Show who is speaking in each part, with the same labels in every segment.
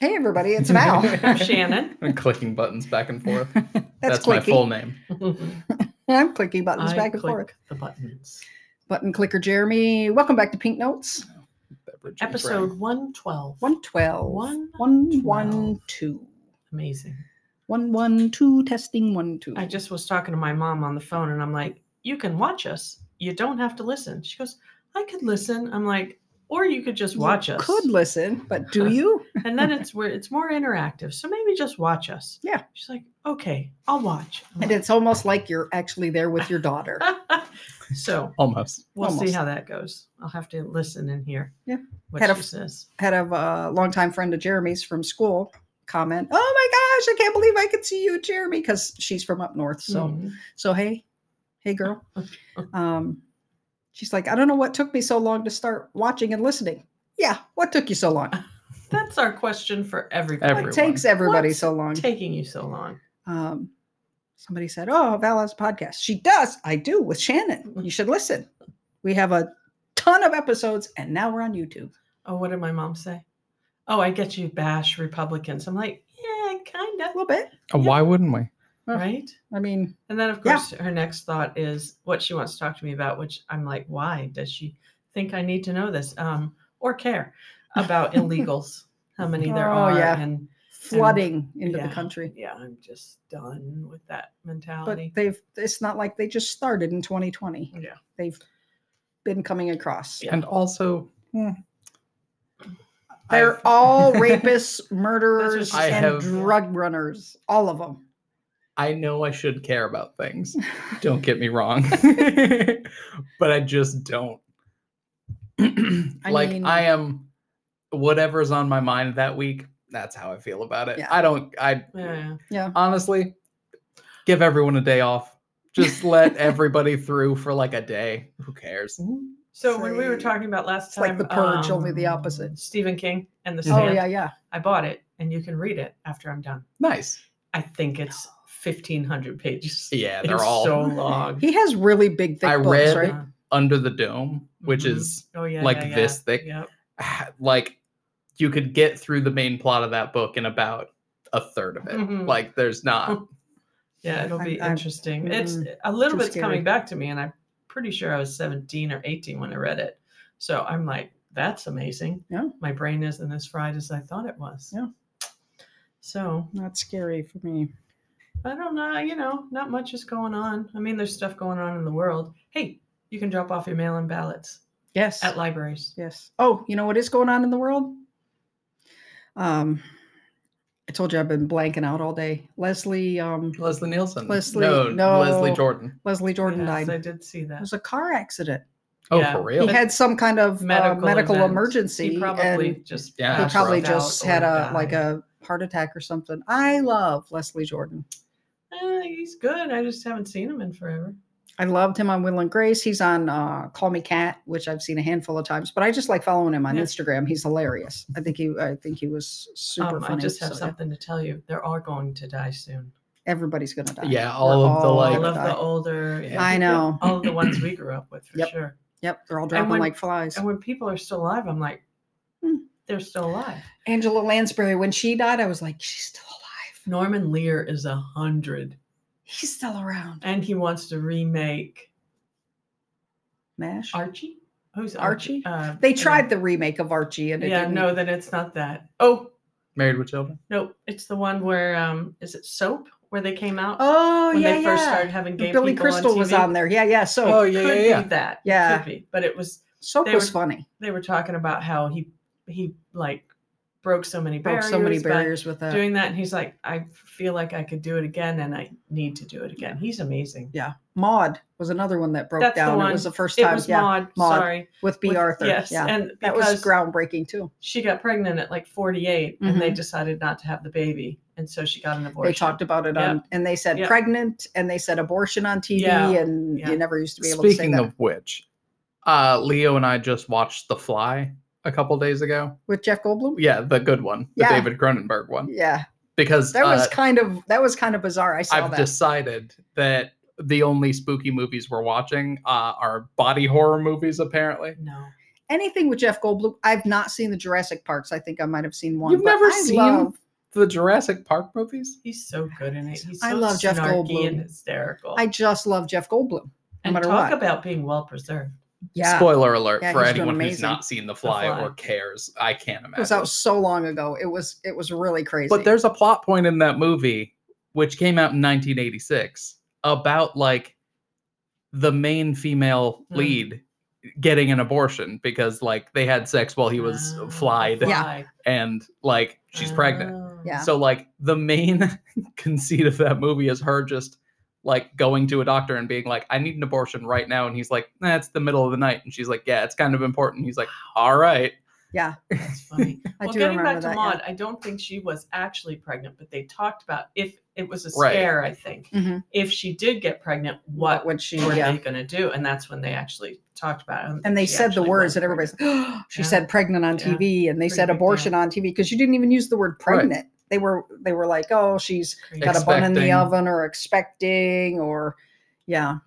Speaker 1: Hey, everybody, it's Val.
Speaker 2: I'm Shannon.
Speaker 3: I'm clicking buttons back and forth.
Speaker 1: That's,
Speaker 3: That's my
Speaker 1: clicky.
Speaker 3: full name.
Speaker 1: I'm clicky buttons
Speaker 2: I
Speaker 1: back and
Speaker 2: click
Speaker 1: forth.
Speaker 2: the buttons.
Speaker 1: Button clicker Jeremy. Welcome back to Pink Notes
Speaker 3: Beverage and
Speaker 2: Episode 112.
Speaker 1: 112.
Speaker 2: One
Speaker 1: 112.
Speaker 2: Amazing.
Speaker 1: 112 testing 1 2.
Speaker 2: I just was talking to my mom on the phone and I'm like, you can watch us. You don't have to listen. She goes, I could listen. I'm like, or you could just watch us.
Speaker 1: could listen, but do you?
Speaker 2: and then it's where it's more interactive. So maybe just watch us.
Speaker 1: Yeah.
Speaker 2: She's like, okay, I'll watch. I'm
Speaker 1: and
Speaker 2: like,
Speaker 1: it's almost like you're actually there with your daughter.
Speaker 2: so
Speaker 3: Almost.
Speaker 2: we'll see
Speaker 1: Almost.
Speaker 2: how that goes. I'll have to listen and hear.
Speaker 1: Yeah.
Speaker 2: What
Speaker 1: Had a
Speaker 2: she
Speaker 1: f-
Speaker 2: says.
Speaker 1: Had a uh, longtime friend of Jeremy's from school comment, Oh my gosh, I can't believe I could see you, Jeremy, because she's from up north. So.
Speaker 2: Mm.
Speaker 1: So hey, hey girl. Um, she's like, I don't know what took me so long to start watching and listening. Yeah, what took you so long?
Speaker 2: that's our question for everybody.
Speaker 1: What
Speaker 3: Everyone.
Speaker 1: takes everybody
Speaker 2: What's
Speaker 1: so long?
Speaker 2: taking you so long?
Speaker 1: um, somebody said, "Oh, Val has a podcast." She does. I do with Shannon. You should listen. We have a ton of episodes, and now we're on YouTube.
Speaker 2: Oh, what did my mom say? Oh, I get you bash Republicans. I'm like, yeah, kind
Speaker 1: A
Speaker 2: of,
Speaker 1: little bit.
Speaker 3: Uh, Why wouldn't we?
Speaker 1: yeah.
Speaker 2: right?
Speaker 1: I mean,
Speaker 2: And then, of
Speaker 1: uh, Yeah.
Speaker 2: course, her next thought is what she wants to talk to me about, which I'm like, why does she think I need to know this um, or care about illegals, how many there
Speaker 1: Oh,
Speaker 2: are?
Speaker 1: yeah.
Speaker 2: And
Speaker 1: flooding into
Speaker 2: yeah,
Speaker 1: the country.
Speaker 2: Yeah, I'm just done with that
Speaker 1: But
Speaker 2: mentality.
Speaker 1: they've. It's not like they just started in 2020.
Speaker 2: yeah.
Speaker 1: They've been coming across.
Speaker 2: Yeah.
Speaker 3: And also,
Speaker 1: They're
Speaker 2: I've-
Speaker 1: all rapists, murderers,
Speaker 2: I
Speaker 1: and
Speaker 3: have-
Speaker 1: drug runners. All of them.
Speaker 3: I know I should care about things. Don't get me wrong. but I just don't. like
Speaker 1: mean-
Speaker 3: I am whatever's on my mind that week, that's how I feel about it.
Speaker 1: Yeah.
Speaker 3: I don't I
Speaker 2: Yeah.
Speaker 3: honestly give everyone a day off. Just let everybody through for like a day. Who cares?
Speaker 1: Mm-hmm.
Speaker 2: So when we were
Speaker 1: Say-
Speaker 2: talking about last
Speaker 1: It's
Speaker 2: time, um,
Speaker 1: like The Purge, only the opposite.
Speaker 2: Stephen King and the
Speaker 3: Mhm.
Speaker 2: Stand.
Speaker 1: Oh yeah, yeah.
Speaker 2: I bought it, and you can read it after I'm done.
Speaker 3: Nice.
Speaker 2: I think it's fifteen hundred pages.
Speaker 3: Yeah, they're
Speaker 2: it's
Speaker 3: all
Speaker 2: so long.
Speaker 1: He has really big thick
Speaker 3: I
Speaker 1: books,
Speaker 3: read-
Speaker 1: right?
Speaker 3: under the dome, which
Speaker 2: Mhm.
Speaker 3: is
Speaker 2: Oh yeah,
Speaker 3: Like
Speaker 2: yeah, yeah.
Speaker 3: this thick.
Speaker 2: Yep.
Speaker 3: ah, like you could get through the main plot of that book in about a third of it.
Speaker 2: Mhm.
Speaker 3: Like there's not.
Speaker 2: Yeah, it'll
Speaker 1: I'm-
Speaker 2: be
Speaker 1: I'm-
Speaker 2: interesting. it's
Speaker 1: mm,
Speaker 2: a little
Speaker 1: too
Speaker 2: bit's
Speaker 1: scary.
Speaker 2: coming back to me, and I'm pretty sure I was seventeen or eighteen when I read it. So I'm like, that's amazing.
Speaker 1: Yeah.
Speaker 2: My brain isn't as fried as I thought it was.
Speaker 1: Yeah.
Speaker 2: So
Speaker 1: Not scary for me.
Speaker 2: I don't know. You know, not much is going on. I mean, there's stuff going on in the world. Hey, you can drop off your mail-in ballots
Speaker 1: Yes.
Speaker 2: at libraries.
Speaker 1: yes. Oh, you know what is going on in the world? Um I told you I've been blanking out all day. Leslie um
Speaker 3: Leslie Nielsen.
Speaker 1: Leslie-
Speaker 3: no, Leslie
Speaker 1: no.
Speaker 3: Jordan.
Speaker 1: Leslie Jordan
Speaker 2: Yes, I
Speaker 1: died.
Speaker 2: did see
Speaker 1: It
Speaker 2: that.
Speaker 1: was a car accident.
Speaker 3: Oh,
Speaker 2: Yeah.
Speaker 3: for
Speaker 1: He
Speaker 3: real?
Speaker 1: had some kind of uh, medical,
Speaker 2: Medical event.
Speaker 1: emergency.
Speaker 2: He probably
Speaker 1: and
Speaker 2: just
Speaker 3: Yeah,
Speaker 1: he
Speaker 3: passed
Speaker 1: probably
Speaker 3: out
Speaker 1: just had a like a heart attack or something. I love Leslie Jordan.
Speaker 2: Uh, he's good. I just haven't seen him in forever.
Speaker 1: I loved him on Will and Grace. He's on uh, Call Me Cat, which I've seen a handful of times, but I just like following him on
Speaker 2: Yeah.
Speaker 1: Instagram. He's hilarious. I think he, I think he was super
Speaker 2: Um, I
Speaker 1: funny.
Speaker 2: just have
Speaker 1: So, yeah,
Speaker 2: something to tell you. They're all going to die soon.
Speaker 1: Everybody's gonna die.
Speaker 3: Yeah,
Speaker 1: We're
Speaker 3: all of the,
Speaker 1: all
Speaker 3: like-
Speaker 2: All
Speaker 1: gonna
Speaker 2: of
Speaker 1: die.
Speaker 2: the older.
Speaker 3: Yeah.
Speaker 1: I know.
Speaker 2: All of the ones we grew up with for
Speaker 1: Yep.
Speaker 2: sure.
Speaker 1: Yep, they're all dropping
Speaker 2: when-
Speaker 1: like flies.
Speaker 2: And when people are still alive, I'm like,
Speaker 1: Hmm.
Speaker 2: they're still alive.
Speaker 1: Angela Lansbury, when she died, I was like, she's still alive.
Speaker 2: Norman Lear is a hundred,
Speaker 1: He's still around.
Speaker 2: and he wants to remake
Speaker 1: Mash.
Speaker 2: Archie. Who's
Speaker 1: Archie?
Speaker 2: Archie? Uh,
Speaker 1: they
Speaker 2: yeah.
Speaker 1: tried the remake of Archie, and it
Speaker 2: Yeah,
Speaker 1: didn't.
Speaker 2: no, then it's not that. Oh
Speaker 3: Married with Children.
Speaker 2: no, it's the one where um, is it Soap where they came out
Speaker 1: Oh
Speaker 2: when
Speaker 1: yeah,
Speaker 2: they
Speaker 1: yeah.
Speaker 2: first started having gay
Speaker 1: Billy
Speaker 2: people
Speaker 1: Crystal
Speaker 2: on
Speaker 1: was
Speaker 2: TV.
Speaker 1: on there. Yeah, yeah. So
Speaker 3: Oh,
Speaker 2: It
Speaker 3: yeah,
Speaker 2: could
Speaker 3: yeah, yeah.
Speaker 2: be that. It
Speaker 1: Yeah.
Speaker 2: could be. But it was
Speaker 1: soap
Speaker 2: they
Speaker 1: was
Speaker 2: were-
Speaker 1: funny.
Speaker 2: they were talking about how he he like broke so many
Speaker 1: Broke
Speaker 2: barriers,
Speaker 1: so many
Speaker 2: by
Speaker 1: barriers with that.
Speaker 2: doing that, and he's like, I feel like I could do it again, and I need to do it again. He's amazing.
Speaker 1: Maud was another one that broke
Speaker 2: That's the
Speaker 1: down. It
Speaker 2: one.
Speaker 1: was the first
Speaker 2: It
Speaker 1: time.
Speaker 2: was
Speaker 1: yeah,
Speaker 2: Maud,
Speaker 1: Maude.
Speaker 2: Sorry,
Speaker 1: with B.
Speaker 2: With-
Speaker 1: Arthur.
Speaker 2: Yes,
Speaker 1: yeah,
Speaker 2: and
Speaker 1: that
Speaker 2: because
Speaker 1: was groundbreaking too.
Speaker 2: she got pregnant at like 48, and they
Speaker 1: Mhm.
Speaker 2: decided not to have the baby, and so she got an abortion.
Speaker 1: They talked about it on, and they said
Speaker 2: Yeah.
Speaker 1: pregnant, and they said abortion on TV,
Speaker 2: Yeah.
Speaker 1: and
Speaker 2: Yeah.
Speaker 1: you never used to be able
Speaker 3: Speaking
Speaker 1: to say that
Speaker 3: of which, uh, Leo and I just watched The Fly a couple days ago.
Speaker 1: with Jeff Goldblum.
Speaker 3: Yeah, the good one, the
Speaker 1: Yeah.
Speaker 3: David Cronenberg one.
Speaker 1: Yeah,
Speaker 3: Because
Speaker 1: that was
Speaker 3: uh,
Speaker 1: kind of that was kind of bizarre. I saw
Speaker 3: I've
Speaker 1: that.
Speaker 3: decided that the only spooky movies we're watching uh, are body horror movies, apparently.
Speaker 2: No,
Speaker 1: anything with Jeff Goldblum. I've not seen the Jurassic Parks. I think I might have seen one.
Speaker 3: You've
Speaker 1: but
Speaker 3: never
Speaker 1: I
Speaker 3: seen
Speaker 1: love-
Speaker 3: the Jurassic Park movies?
Speaker 2: He's so good in it. He's so
Speaker 1: I love Jeff
Speaker 2: snarky
Speaker 1: Goldblum.
Speaker 2: and hysterical.
Speaker 1: I just love Jeff Goldblum. No
Speaker 2: and
Speaker 1: matter
Speaker 2: talk
Speaker 1: what.
Speaker 2: about being well preserved.
Speaker 1: yeah.
Speaker 3: Spoiler alert
Speaker 1: Yeah,
Speaker 3: for
Speaker 1: he's doing
Speaker 3: anyone who's
Speaker 1: amazing.
Speaker 3: not seen The Fly,
Speaker 2: Fly.
Speaker 3: or cares. I can't
Speaker 1: It was
Speaker 3: imagine.
Speaker 1: out so long ago. It was it was really crazy.
Speaker 3: But there's a plot point in that movie, which came out in 1986, about like the main female
Speaker 1: Hmm.
Speaker 2: Mm.
Speaker 3: lead getting an abortion because like they had sex while he was
Speaker 2: Oh,
Speaker 3: flied
Speaker 1: Yeah.
Speaker 2: fly.
Speaker 3: and like she's pregnant.
Speaker 2: Oh.
Speaker 1: Yeah.
Speaker 3: So like the main conceit of that movie is her just like going to a doctor and being like, I need an abortion right now. And he's like, nah, it's the middle of the night. And she's like, Yeah, it's kind of important. He's like, All right.
Speaker 1: yeah,
Speaker 2: That's funny.
Speaker 1: I
Speaker 2: well,
Speaker 1: do
Speaker 2: getting
Speaker 1: remember
Speaker 2: back
Speaker 1: that.
Speaker 2: to Maud, I don't think she was actually pregnant, but they talked about if it was a
Speaker 3: Right.
Speaker 2: scare, I think.
Speaker 1: yeah. Mhm.
Speaker 2: If she did get pregnant,
Speaker 1: What
Speaker 2: what
Speaker 1: would she?
Speaker 2: were
Speaker 1: Yeah.
Speaker 2: they going to do? And that's when they actually talked about it. I don't think
Speaker 1: And they
Speaker 2: she
Speaker 1: said the
Speaker 2: actually
Speaker 1: words
Speaker 2: was
Speaker 1: that everybody's. she
Speaker 2: Yeah.
Speaker 1: said pregnant on
Speaker 2: Yeah.
Speaker 1: TV, and they
Speaker 2: Pretty
Speaker 1: said
Speaker 2: big deal.
Speaker 1: abortion on TV because you didn't even use the word
Speaker 3: Right.
Speaker 1: pregnant. They were they were like, oh, she's
Speaker 2: pregnant.
Speaker 1: got a bun in the
Speaker 3: Expecting.
Speaker 1: oven or expecting or yeah.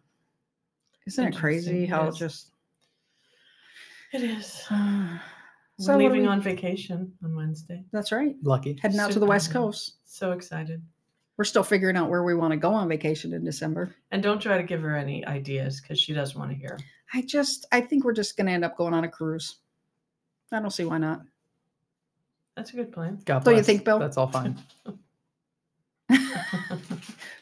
Speaker 1: Isn't it crazy
Speaker 2: Interesting.
Speaker 1: how
Speaker 2: It
Speaker 1: it
Speaker 2: is.
Speaker 1: just
Speaker 2: It is.
Speaker 1: So what
Speaker 2: We're
Speaker 1: do
Speaker 2: leaving
Speaker 1: we-
Speaker 2: on vacation on Wednesday.
Speaker 1: That's right.
Speaker 3: Lucky.
Speaker 1: Heading out to the West
Speaker 2: Super.
Speaker 1: Coast.
Speaker 2: So excited.
Speaker 1: We're still figuring out where we want to go on vacation in December.
Speaker 2: And don't try to give her any ideas because she doesn't want to hear. 'em.
Speaker 1: I just I think we're just gonna end up going on a cruise. I don't see why not.
Speaker 2: That's a good plan.
Speaker 3: God
Speaker 1: Don't you
Speaker 3: bless.
Speaker 1: think, Bill?
Speaker 3: That's all fine.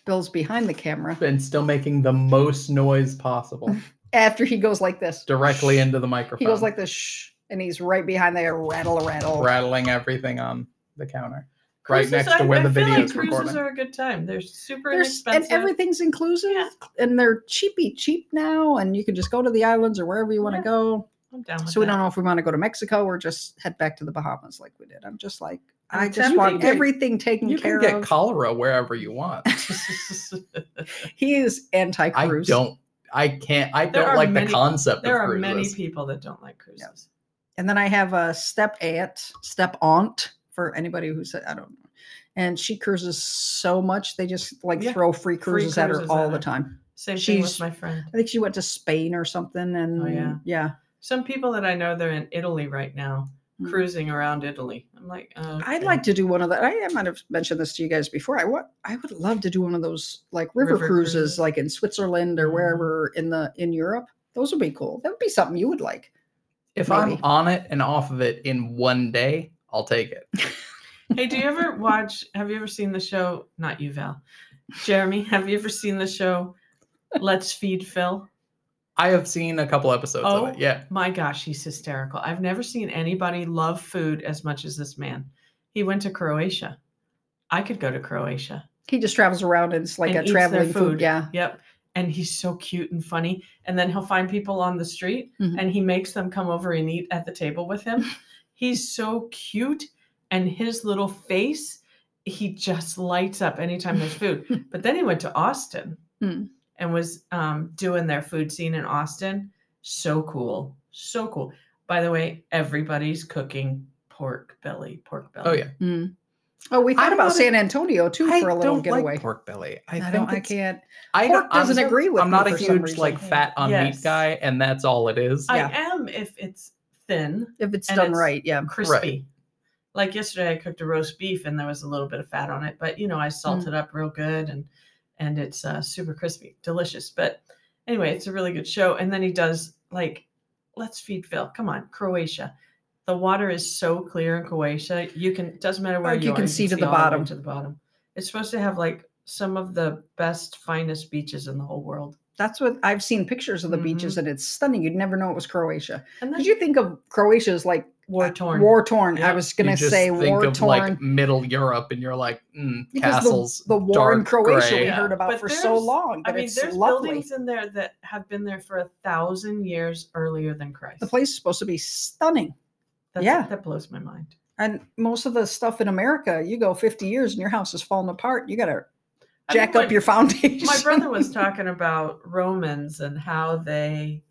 Speaker 1: Bill's behind the camera
Speaker 3: and still making the most noise possible
Speaker 1: after he goes like this.
Speaker 3: directly
Speaker 1: Shh.
Speaker 3: into the microphone.
Speaker 1: He goes like this, shh, and he's right behind there, rattle, rattle.
Speaker 3: rattling everything on the counter. Right
Speaker 2: Cruises,
Speaker 3: next to where the
Speaker 2: feel
Speaker 3: video
Speaker 2: like
Speaker 3: is
Speaker 2: cruises
Speaker 3: recorded.
Speaker 2: are a good time. They're super
Speaker 1: There's, and
Speaker 2: inexpensive.
Speaker 1: everything's inclusive,
Speaker 2: Yeah.
Speaker 1: and they're cheapy cheap now, and you can just go to the islands or wherever you want to
Speaker 2: Yeah.
Speaker 1: go.
Speaker 2: I'm down with
Speaker 1: So we
Speaker 2: that.
Speaker 1: don't know if we want to go to Mexico or just head back to the Bahamas like we did. I'm just like,
Speaker 2: I'm
Speaker 1: i just
Speaker 2: tempted.
Speaker 1: want
Speaker 2: You can-
Speaker 1: everything taken
Speaker 3: You
Speaker 1: care
Speaker 3: can get
Speaker 1: of.
Speaker 3: cholera wherever you want.
Speaker 1: he is
Speaker 3: I
Speaker 1: anti-cruise.
Speaker 3: don't. I can't. I
Speaker 2: There
Speaker 3: don't
Speaker 2: are
Speaker 3: like
Speaker 2: many-
Speaker 3: the concept
Speaker 2: there
Speaker 3: of
Speaker 2: are
Speaker 3: cruises.
Speaker 2: many people that don't like cruises.
Speaker 1: And then I have a step aunt, step aunt for anybody who said I don't know. And she cruises so much they just like
Speaker 2: Yeah.
Speaker 1: throw free cruises, at her
Speaker 2: cruises
Speaker 1: all
Speaker 2: at
Speaker 1: the
Speaker 2: her.
Speaker 1: time.
Speaker 2: Same thing
Speaker 1: She's-
Speaker 2: with my friend.
Speaker 1: I think she went to Spain or something, and
Speaker 2: yeah.
Speaker 1: yeah.
Speaker 2: Some people that I know they're in Italy right now,
Speaker 1: Mm.
Speaker 2: cruising around Italy. I'm like, oh,
Speaker 1: I'd like to do one of that. I I might have mentioned this to you guys before. I want I would love to do one of those like river,
Speaker 2: River
Speaker 1: cruises,
Speaker 2: cruises.
Speaker 1: like in Switzerland or
Speaker 2: Mhm.
Speaker 1: wherever in the in Europe. Those would be cool. That would be something you would like.
Speaker 3: If I'm
Speaker 1: Maybe.
Speaker 3: on it and off of it in one day, I'll take it.
Speaker 2: Hey, do you ever watch? Have you ever seen the show? Not you, Val. Jeremy, have you ever seen the show? Let's feed Phil.
Speaker 3: I have seen a couple episodes
Speaker 2: Oh.
Speaker 3: of it. Yeah.
Speaker 2: My gosh, he's hysterical. I've never seen anybody love food as much as this man. He went to Croatia. I could go to Croatia.
Speaker 1: He just travels around and it's like
Speaker 2: and
Speaker 1: a
Speaker 2: eats their
Speaker 1: traveling food. Yeah.
Speaker 2: Yep. And he's so cute and funny. And then he'll find people on the street
Speaker 1: Mhm.
Speaker 2: and he makes them come over and eat at the table with him. he's so cute. And his little face, he just lights up anytime there's food. but then he went to Austin
Speaker 1: Hmm.
Speaker 2: and was um, doing their food scene in Austin. So cool. So cool. By the way, everybody's cooking pork belly, pork belly.
Speaker 3: Oh yeah.
Speaker 1: Mm. Oh, we thought
Speaker 3: I'm
Speaker 1: about
Speaker 3: not a-
Speaker 1: San Antonio too for a little
Speaker 3: don't
Speaker 1: getaway.
Speaker 3: like pork belly. I,
Speaker 1: I,
Speaker 3: think
Speaker 1: don't. I
Speaker 3: it's-
Speaker 1: can't.
Speaker 3: I don't-
Speaker 1: pork doesn't
Speaker 3: I'm-
Speaker 1: agree with
Speaker 3: I'm
Speaker 1: me
Speaker 3: not a
Speaker 1: for some
Speaker 3: huge
Speaker 1: reason.
Speaker 3: like fat on
Speaker 2: Yes.
Speaker 3: meat guy, and that's all it is.
Speaker 1: yeah.
Speaker 2: I am if it's thin.
Speaker 1: If it's
Speaker 2: And
Speaker 1: done
Speaker 2: it's-
Speaker 1: right, yeah.
Speaker 2: crispy. Like yesterday, I cooked a roast beef and there was a little bit of fat on it, but you know I
Speaker 1: Mm.
Speaker 2: salted up real good and and it's uh, super crispy, delicious. But anyway, it's a really good show. And then he does like, let's feed Phil. Come on, Croatia. The water is so clear in Croatia. You can doesn't matter where
Speaker 1: Like,
Speaker 2: you,
Speaker 1: you
Speaker 2: are,
Speaker 1: can see to the
Speaker 2: all way
Speaker 1: bottom.
Speaker 2: To the bottom. It's supposed to have like some of the best, finest beaches in the whole world.
Speaker 1: That's what I've seen pictures of the beaches, and it's stunning. You'd never know it was Croatia.
Speaker 2: And then
Speaker 1: Did you think of Croatia as like
Speaker 2: war torn.
Speaker 1: war torn? I
Speaker 2: Yeah.
Speaker 1: was
Speaker 3: You
Speaker 1: gonna
Speaker 3: just
Speaker 1: say
Speaker 3: think
Speaker 1: war
Speaker 3: of like
Speaker 1: torn
Speaker 3: middle Europe, and you're like mm,
Speaker 1: because
Speaker 3: castles.
Speaker 1: the, the war in
Speaker 3: dark
Speaker 1: Croatia we
Speaker 3: gray.
Speaker 1: heard about
Speaker 2: But
Speaker 1: for so
Speaker 2: there's-
Speaker 1: long.
Speaker 2: I
Speaker 1: But
Speaker 2: mean,
Speaker 1: it's
Speaker 2: there's
Speaker 1: lovely.
Speaker 2: buildings in there that have been there for a thousand years earlier than Christ.
Speaker 1: The place is supposed to be stunning,
Speaker 2: That's,
Speaker 1: yeah.
Speaker 2: that blows my mind.
Speaker 1: and most of the stuff in America, you go 50 years and your house is falling apart. You gotta
Speaker 2: I mean,
Speaker 1: jack up
Speaker 2: my-
Speaker 1: your foundation.
Speaker 2: My brother was talking about Romans and how they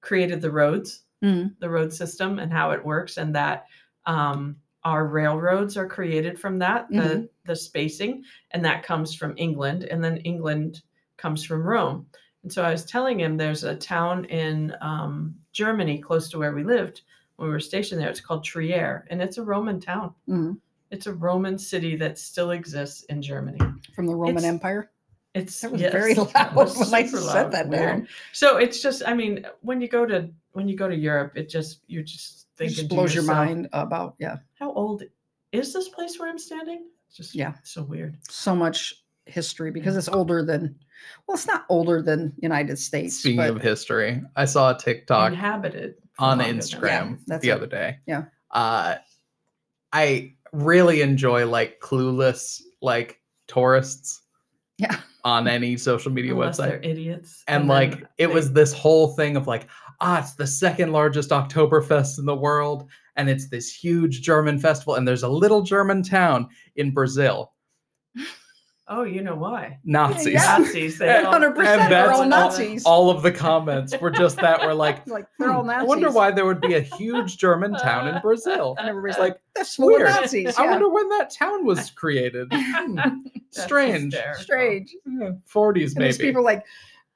Speaker 2: created the roads,
Speaker 1: Mm.
Speaker 2: the road system, and how it works, and that um, our railroads are created from that the the spacing, and that comes from England, and then England comes from Rome. And so I was telling him there's a town in um, Germany close to where we lived when we were stationed there. It's called Trier, and it's a Roman town.
Speaker 1: Mhm.
Speaker 2: It's a Roman city that still exists in Germany.
Speaker 1: from the Roman
Speaker 2: It's-
Speaker 1: Empire.
Speaker 2: It's
Speaker 1: That was
Speaker 2: yes,
Speaker 1: very loud
Speaker 2: that was
Speaker 1: when I
Speaker 2: super
Speaker 1: said that
Speaker 2: weird.
Speaker 1: down.
Speaker 2: So it's just, I mean, when you go to when you go to Europe, it just you're just
Speaker 1: It
Speaker 2: thinking
Speaker 1: just
Speaker 2: to
Speaker 1: blows your
Speaker 2: yourself,
Speaker 1: mind about yeah,
Speaker 2: How old is this place where I'm standing? It's just
Speaker 1: Yeah.
Speaker 2: so weird.
Speaker 1: so much history because it's older than well, it's not older than United States.
Speaker 3: Speaking
Speaker 1: but
Speaker 3: of history, I saw a TikTok
Speaker 2: Inhabited for
Speaker 3: on
Speaker 2: longer than-
Speaker 1: Yeah,
Speaker 3: Instagram
Speaker 1: that's
Speaker 3: the
Speaker 1: it.
Speaker 3: other day.
Speaker 1: Yeah.
Speaker 3: Uh, I really enjoy like clueless like tourists
Speaker 1: yeah,
Speaker 3: on any social media
Speaker 2: Unless
Speaker 3: website.
Speaker 2: they're idiots.
Speaker 3: and,
Speaker 2: then
Speaker 3: like it
Speaker 2: they-
Speaker 3: was this whole thing of like ah it's the second largest oktoberfest in the world and it's this huge german festival and there's a little german town in brazil
Speaker 2: Oh, you know why?
Speaker 3: nazis
Speaker 1: Yeah.
Speaker 2: Nazis. They all,
Speaker 1: hundred percent.
Speaker 3: that's
Speaker 1: They're all
Speaker 3: all-
Speaker 1: Nazis.
Speaker 3: all of the comments were just that were like
Speaker 1: like they're all
Speaker 3: "Hmm,
Speaker 1: Nazis.
Speaker 3: i wonder why there would be a huge german town in brazil
Speaker 1: And everybody's
Speaker 3: it's
Speaker 1: like,
Speaker 3: like
Speaker 1: they're full of
Speaker 3: weird.
Speaker 1: Nazis.
Speaker 3: i
Speaker 1: Yeah.
Speaker 3: wonder when that town was created Hmm,
Speaker 2: That's
Speaker 3: strange
Speaker 2: hysterical.
Speaker 1: Strange.
Speaker 3: Yeah, 40s
Speaker 1: And there's
Speaker 3: maybe
Speaker 1: people like,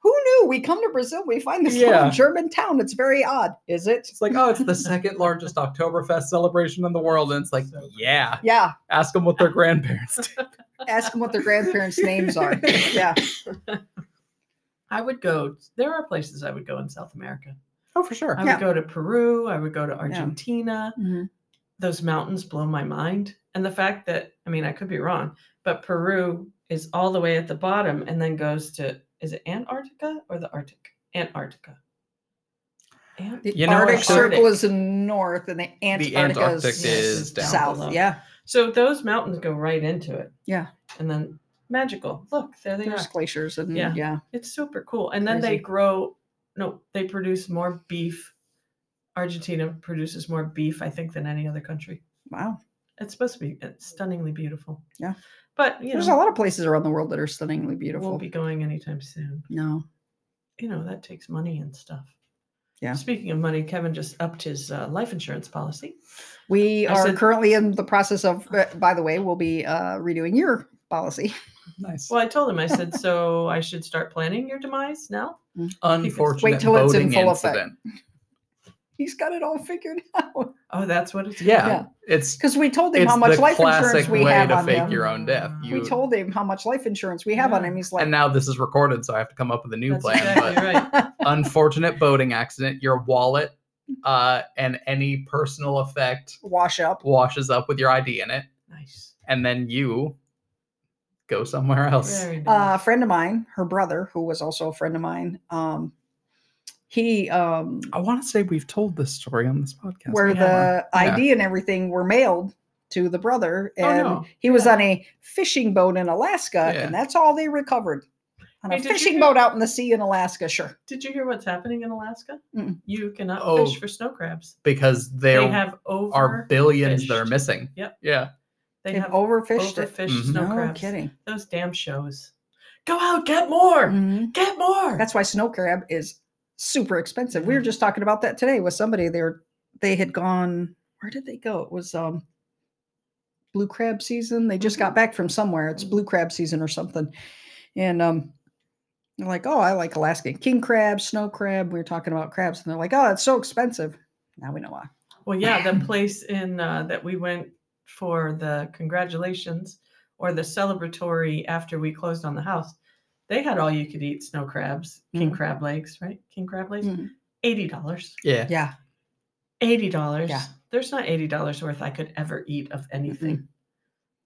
Speaker 1: who knew? We come to Brazil, we find this little
Speaker 3: Yeah.
Speaker 1: German town. It's very odd, is it?
Speaker 3: it's like oh it's the second largest oktoberfest celebration in the world and it's like
Speaker 2: So-
Speaker 3: yeah
Speaker 1: Yeah.
Speaker 3: ask them what their grandparents did
Speaker 1: Ask them what their grandparents' names are. Yeah.
Speaker 2: I would go. There are places I would go in South America.
Speaker 3: oh for sure
Speaker 2: I
Speaker 1: Yeah.
Speaker 2: would go to Peru. I would go to Argentina.
Speaker 3: Mm-hmm.
Speaker 1: Mhm.
Speaker 2: Those mountains blow my mind. And the fact that, I mean, I could be wrong, but Peru is all the way at the bottom and then goes to, is it Antarctica or the Arctic? Antarctica. Ant-
Speaker 1: The
Speaker 3: You know,
Speaker 1: Arctic
Speaker 2: actually-
Speaker 1: Circle is in north and the Antarctica
Speaker 3: Antarctic
Speaker 1: is,
Speaker 2: is down
Speaker 1: south.
Speaker 2: below.
Speaker 1: Yeah.
Speaker 2: so those mountains go right into it.
Speaker 1: Yeah.
Speaker 2: And then magical. Look, there they
Speaker 1: There's
Speaker 2: are.
Speaker 1: glaciers and yeah.
Speaker 2: Yeah. It's super cool. And then they
Speaker 1: Crazy.
Speaker 2: grow, no, they produce more beef. Argentina produces more beef, I think, than any other country.
Speaker 1: Wow.
Speaker 2: It's supposed to be it's stunningly beautiful.
Speaker 1: Yeah.
Speaker 2: But, you
Speaker 1: There's a
Speaker 2: know,
Speaker 1: lot of places around the world that are stunningly beautiful.
Speaker 2: won't be going anytime soon.
Speaker 1: no.
Speaker 2: You know, that takes money and stuff.
Speaker 1: Yeah.
Speaker 2: Speaking of money, Kevin just upped his uh, life insurance policy.
Speaker 1: We
Speaker 2: I
Speaker 1: are
Speaker 2: said-
Speaker 1: currently in the process of, uh, by the way, we'll be uh, redoing your policy.
Speaker 3: Nice.
Speaker 2: Well, I told him, I said, so I should start planning your demise now.
Speaker 3: Unfortunate
Speaker 1: till it's in
Speaker 3: voting
Speaker 1: full effect.
Speaker 3: incident.
Speaker 1: He's got it all figured out.
Speaker 2: Oh, that's what it's
Speaker 3: Yeah,
Speaker 1: Yeah.
Speaker 3: it's
Speaker 1: Because we told him
Speaker 3: it's
Speaker 1: how much
Speaker 3: the
Speaker 1: life
Speaker 3: classic
Speaker 1: insurance we
Speaker 3: way
Speaker 1: have
Speaker 3: to
Speaker 1: on
Speaker 3: fake
Speaker 1: him.
Speaker 3: your own death.
Speaker 2: We
Speaker 1: We
Speaker 3: You-
Speaker 1: told him how much life insurance we have on
Speaker 2: Yeah.
Speaker 1: him. He's like,
Speaker 3: and now this is recorded, so I have to come up with a new
Speaker 2: That's
Speaker 3: plan.
Speaker 2: exactly right.
Speaker 3: But unfortunate boating accident, your wallet uh, and any personal effect
Speaker 1: wash up.
Speaker 3: washes up with your ID in it,
Speaker 2: Nice.
Speaker 3: and then you go somewhere else.
Speaker 2: Very
Speaker 1: Uh, a
Speaker 2: nice.
Speaker 1: friend of mine, her brother, who was also a friend of mine, um, he um,
Speaker 3: I want to say we've told this story on this podcast.
Speaker 1: where
Speaker 2: we have
Speaker 1: the ID and everything were mailed to the brother,
Speaker 2: Oh,
Speaker 1: and
Speaker 2: no.
Speaker 1: he was
Speaker 2: Yeah.
Speaker 1: on a fishing boat in Alaska,
Speaker 3: Yeah.
Speaker 1: and that's all they recovered. On
Speaker 2: Hey,
Speaker 1: a
Speaker 2: did you
Speaker 1: fishing
Speaker 2: hear-
Speaker 1: boat out in the sea in Alaska, sure.
Speaker 2: Did you hear what's happening in Alaska?
Speaker 1: Mm-mm.
Speaker 2: You cannot
Speaker 3: Oh.
Speaker 2: fish for snow crabs.
Speaker 3: because there
Speaker 2: They have over
Speaker 3: are billions that are
Speaker 2: fished.
Speaker 3: missing.
Speaker 2: Yep.
Speaker 3: Yeah.
Speaker 2: They
Speaker 1: They've
Speaker 2: have
Speaker 1: overfished
Speaker 2: overfished
Speaker 1: it.
Speaker 3: Mhm.
Speaker 2: snow
Speaker 1: no
Speaker 2: crabs.
Speaker 1: kidding.
Speaker 2: Those damn shows. Go out, get more,
Speaker 1: Mhm.
Speaker 2: get more.
Speaker 1: That's why snow crab is super expensive. We were just talking about that today with somebody. They were they had gone. Where did they go? It was um blue crab season. They just
Speaker 3: Mm-hmm.
Speaker 1: got back from somewhere. It's blue crab season or something, and um. They're like, oh, I like Alaskan king crab, snow crab. We were talking about crabs, and they're like, oh, it's so expensive. Now we know why.
Speaker 2: Well, yeah, the place in uh, that we went for the congratulations or the celebratory after we closed on the house, they had all you could eat snow crabs, king
Speaker 1: Mhm.
Speaker 2: crab legs, right? King crab legs,
Speaker 3: Mm-hmm.
Speaker 1: Mhm.
Speaker 2: eighty dollars.
Speaker 3: Yeah.
Speaker 1: Yeah,
Speaker 2: Eighty dollars.
Speaker 1: Yeah.
Speaker 2: There's not eighty dollars worth I could ever eat of anything,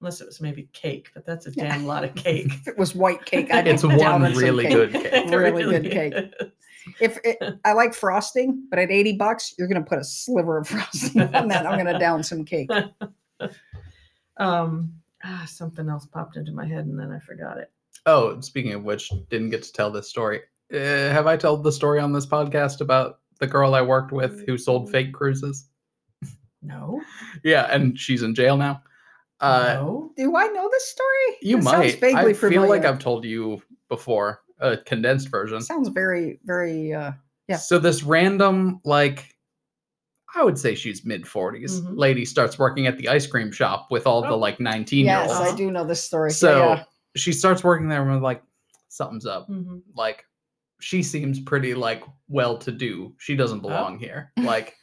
Speaker 2: unless it was maybe cake, but that's a
Speaker 1: Yeah.
Speaker 2: damn lot of cake.
Speaker 1: if it was white cake, I'd
Speaker 3: It's
Speaker 1: be down
Speaker 3: one
Speaker 1: on some
Speaker 3: really
Speaker 1: cake.
Speaker 3: good cake.
Speaker 2: It
Speaker 1: Really good cake.
Speaker 2: is.
Speaker 1: If it, I like frosting, but at eighty bucks, you're gonna put a sliver of frosting on that. I'm gonna down some cake.
Speaker 2: Um, ah, something else popped into my head and then I forgot it.
Speaker 3: Oh, speaking of which, didn't get to tell this story. Uh, have I told the story on this podcast about the girl I worked with who
Speaker 2: Mm-hmm.
Speaker 3: sold fake cruises?
Speaker 2: No.
Speaker 3: Yeah, and she's in jail now. Uh,
Speaker 2: no.
Speaker 1: Do I know this story?
Speaker 3: You
Speaker 1: It
Speaker 3: might. I feel like
Speaker 1: familiar.
Speaker 3: I've told you before, a condensed version.
Speaker 1: Sounds very, very. uh yeah.
Speaker 3: So this random, like, I would say she's mid 40s
Speaker 2: Mhm.
Speaker 3: lady starts working at the ice cream shop with all the
Speaker 2: Oh.
Speaker 3: like nineteen year
Speaker 1: Yes,
Speaker 3: olds.
Speaker 2: old.
Speaker 1: I do know this story. Yeah,
Speaker 3: So
Speaker 1: yeah.
Speaker 3: she starts working there and we're like, something's up.
Speaker 2: Mhm.
Speaker 3: like she seems pretty like well to do. She doesn't
Speaker 2: Oh.
Speaker 3: belong here. Like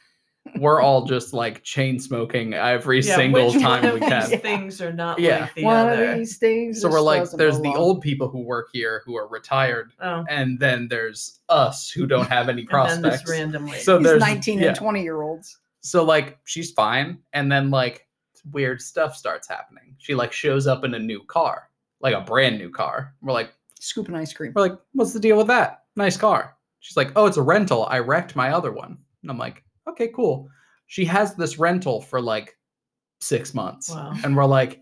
Speaker 3: we're all just like chain smoking every
Speaker 2: Yeah,
Speaker 3: single
Speaker 2: which
Speaker 3: time
Speaker 2: one
Speaker 3: we
Speaker 2: of
Speaker 3: can.
Speaker 2: these Things are not
Speaker 3: Yeah.
Speaker 2: like the
Speaker 1: One
Speaker 2: other.
Speaker 1: of these things.
Speaker 3: So we're
Speaker 1: just
Speaker 3: like
Speaker 1: doesn't
Speaker 3: there's the
Speaker 1: belong.
Speaker 3: old people who work here who are retired
Speaker 2: oh,
Speaker 3: and then there's us who don't have any
Speaker 2: and then this
Speaker 3: prospects.
Speaker 2: random lady.
Speaker 3: So
Speaker 1: These
Speaker 3: there's
Speaker 1: 19
Speaker 3: yeah.
Speaker 1: and 20 year olds.
Speaker 3: so like she's fine and then like weird stuff starts happening she like shows up in a new car like a brand new car we're like
Speaker 1: Scooping ice cream.
Speaker 3: we're like what's the deal with that nice car she's like oh it's a rental i wrecked my other one and i'm like okay cool she has this rental for like six months
Speaker 2: Wow.
Speaker 3: and we're like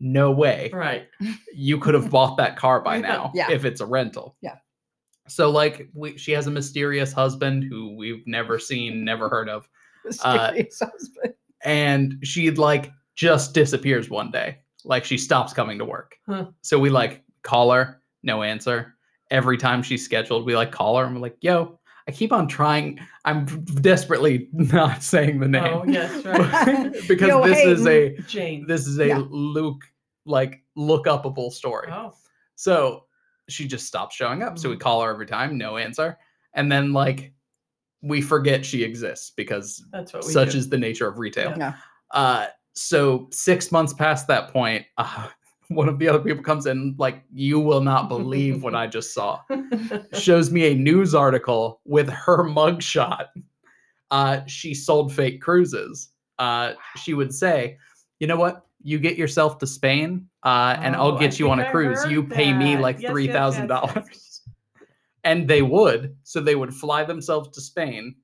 Speaker 3: no way
Speaker 2: right.
Speaker 3: you could have bought that car by
Speaker 2: Yeah.
Speaker 3: now
Speaker 1: Yeah.
Speaker 3: if it's a rental.
Speaker 1: Yeah.
Speaker 3: So like we, she has a mysterious husband who we've never seen, never heard of, Uh,
Speaker 1: Mysterious husband.
Speaker 3: and she like just disappears one day. Like she stops coming to work.
Speaker 2: Huh.
Speaker 3: So we like call her, no answer. Every time she's scheduled, we like call her and we're like, "Yo, I keep on trying. I'm desperately not saying the name
Speaker 2: Oh mm. yes, right.
Speaker 3: because
Speaker 1: Yo,
Speaker 3: this
Speaker 1: hey,
Speaker 3: is a
Speaker 2: Jane.
Speaker 3: this is a
Speaker 1: Yeah.
Speaker 3: Luke like look upable story."
Speaker 2: oh,
Speaker 3: So she just stops showing up. So we call her every time, no answer. And then like we forget she exists because
Speaker 2: that's what we
Speaker 3: such
Speaker 2: do.
Speaker 3: is the nature of retail.
Speaker 1: Yeah.
Speaker 2: Yeah.
Speaker 3: Uh so six months past that point, uh, one of the other people comes in like, you will not believe what I just saw. Shows me a news article with her mugshot. Uh, she sold fake cruises. Uh, she would say, you know what? You get yourself to Spain, uh, and
Speaker 2: Oh,
Speaker 3: I'll
Speaker 2: I
Speaker 3: get you on
Speaker 2: think
Speaker 3: a
Speaker 2: I
Speaker 3: cruise. You
Speaker 2: heard
Speaker 3: pay me
Speaker 2: that.
Speaker 3: like
Speaker 2: Yes, yes,
Speaker 3: three thousand
Speaker 2: yes,
Speaker 3: dollars, and they would. So they would fly themselves to Spain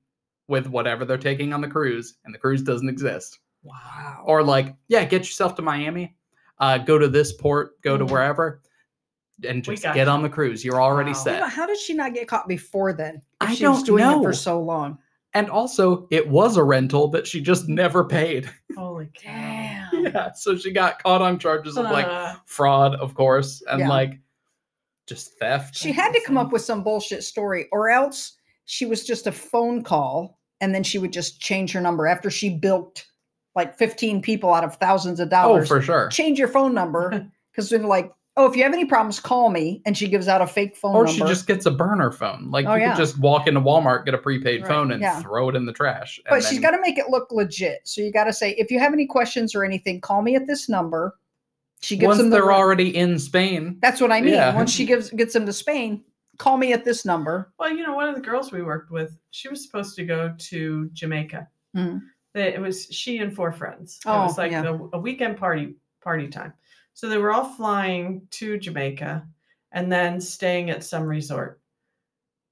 Speaker 3: with whatever they're taking on the cruise, and the cruise doesn't exist.
Speaker 1: Wow.
Speaker 3: Or like, yeah, get yourself to Miami, uh, go to this port, go to
Speaker 2: Mhm.
Speaker 3: wherever, and
Speaker 2: We
Speaker 3: just
Speaker 2: got
Speaker 3: get
Speaker 2: you.
Speaker 3: on the cruise. You're already
Speaker 2: Wow.
Speaker 1: Yeah, but
Speaker 3: set.
Speaker 1: how did she not get caught before then? if
Speaker 3: I
Speaker 1: she was
Speaker 3: don't
Speaker 1: doing it
Speaker 3: know.
Speaker 1: for so long.
Speaker 3: And also, it was a rental that she just never paid.
Speaker 2: Holy cow.
Speaker 1: Oh
Speaker 3: yeah, so she got caught on charges of like
Speaker 2: Ah,
Speaker 3: fraud, of course, and
Speaker 1: Yeah.
Speaker 3: like just theft.
Speaker 1: She had to come up with some bullshit story, or else she was just a phone call and then she would just change her number after she bilked like 15 people out of thousands of
Speaker 3: oh,
Speaker 1: dollars.
Speaker 3: for sure.
Speaker 1: Change your phone number because they're like, oh, if you have any problems, call me. And she gives out a fake phone
Speaker 3: Or
Speaker 1: number.
Speaker 3: she just gets a burner phone. Like
Speaker 1: Oh,
Speaker 3: you
Speaker 1: yeah.
Speaker 3: could just walk into Walmart, get a prepaid
Speaker 2: Right.
Speaker 3: phone, and
Speaker 1: Yeah.
Speaker 3: throw it in the trash.
Speaker 1: But
Speaker 3: and
Speaker 1: she's got
Speaker 3: then-
Speaker 1: to make it look legit. So you got to say, if you have any questions or anything, call me at this number. She gives
Speaker 3: once
Speaker 1: them the
Speaker 3: they're
Speaker 1: ri-
Speaker 3: already in Spain.
Speaker 1: That's what I mean.
Speaker 3: Yeah.
Speaker 1: Once she gives gets them to Spain, call me at this number.
Speaker 2: Well, you know, one of the girls we worked with, she was supposed to go to Jamaica.
Speaker 1: Mm.
Speaker 2: They- It was she and four friends. it
Speaker 1: Oh,
Speaker 2: was like
Speaker 1: yeah.
Speaker 2: a, a weekend party party time. So they were all flying to Jamaica and then staying at some resort.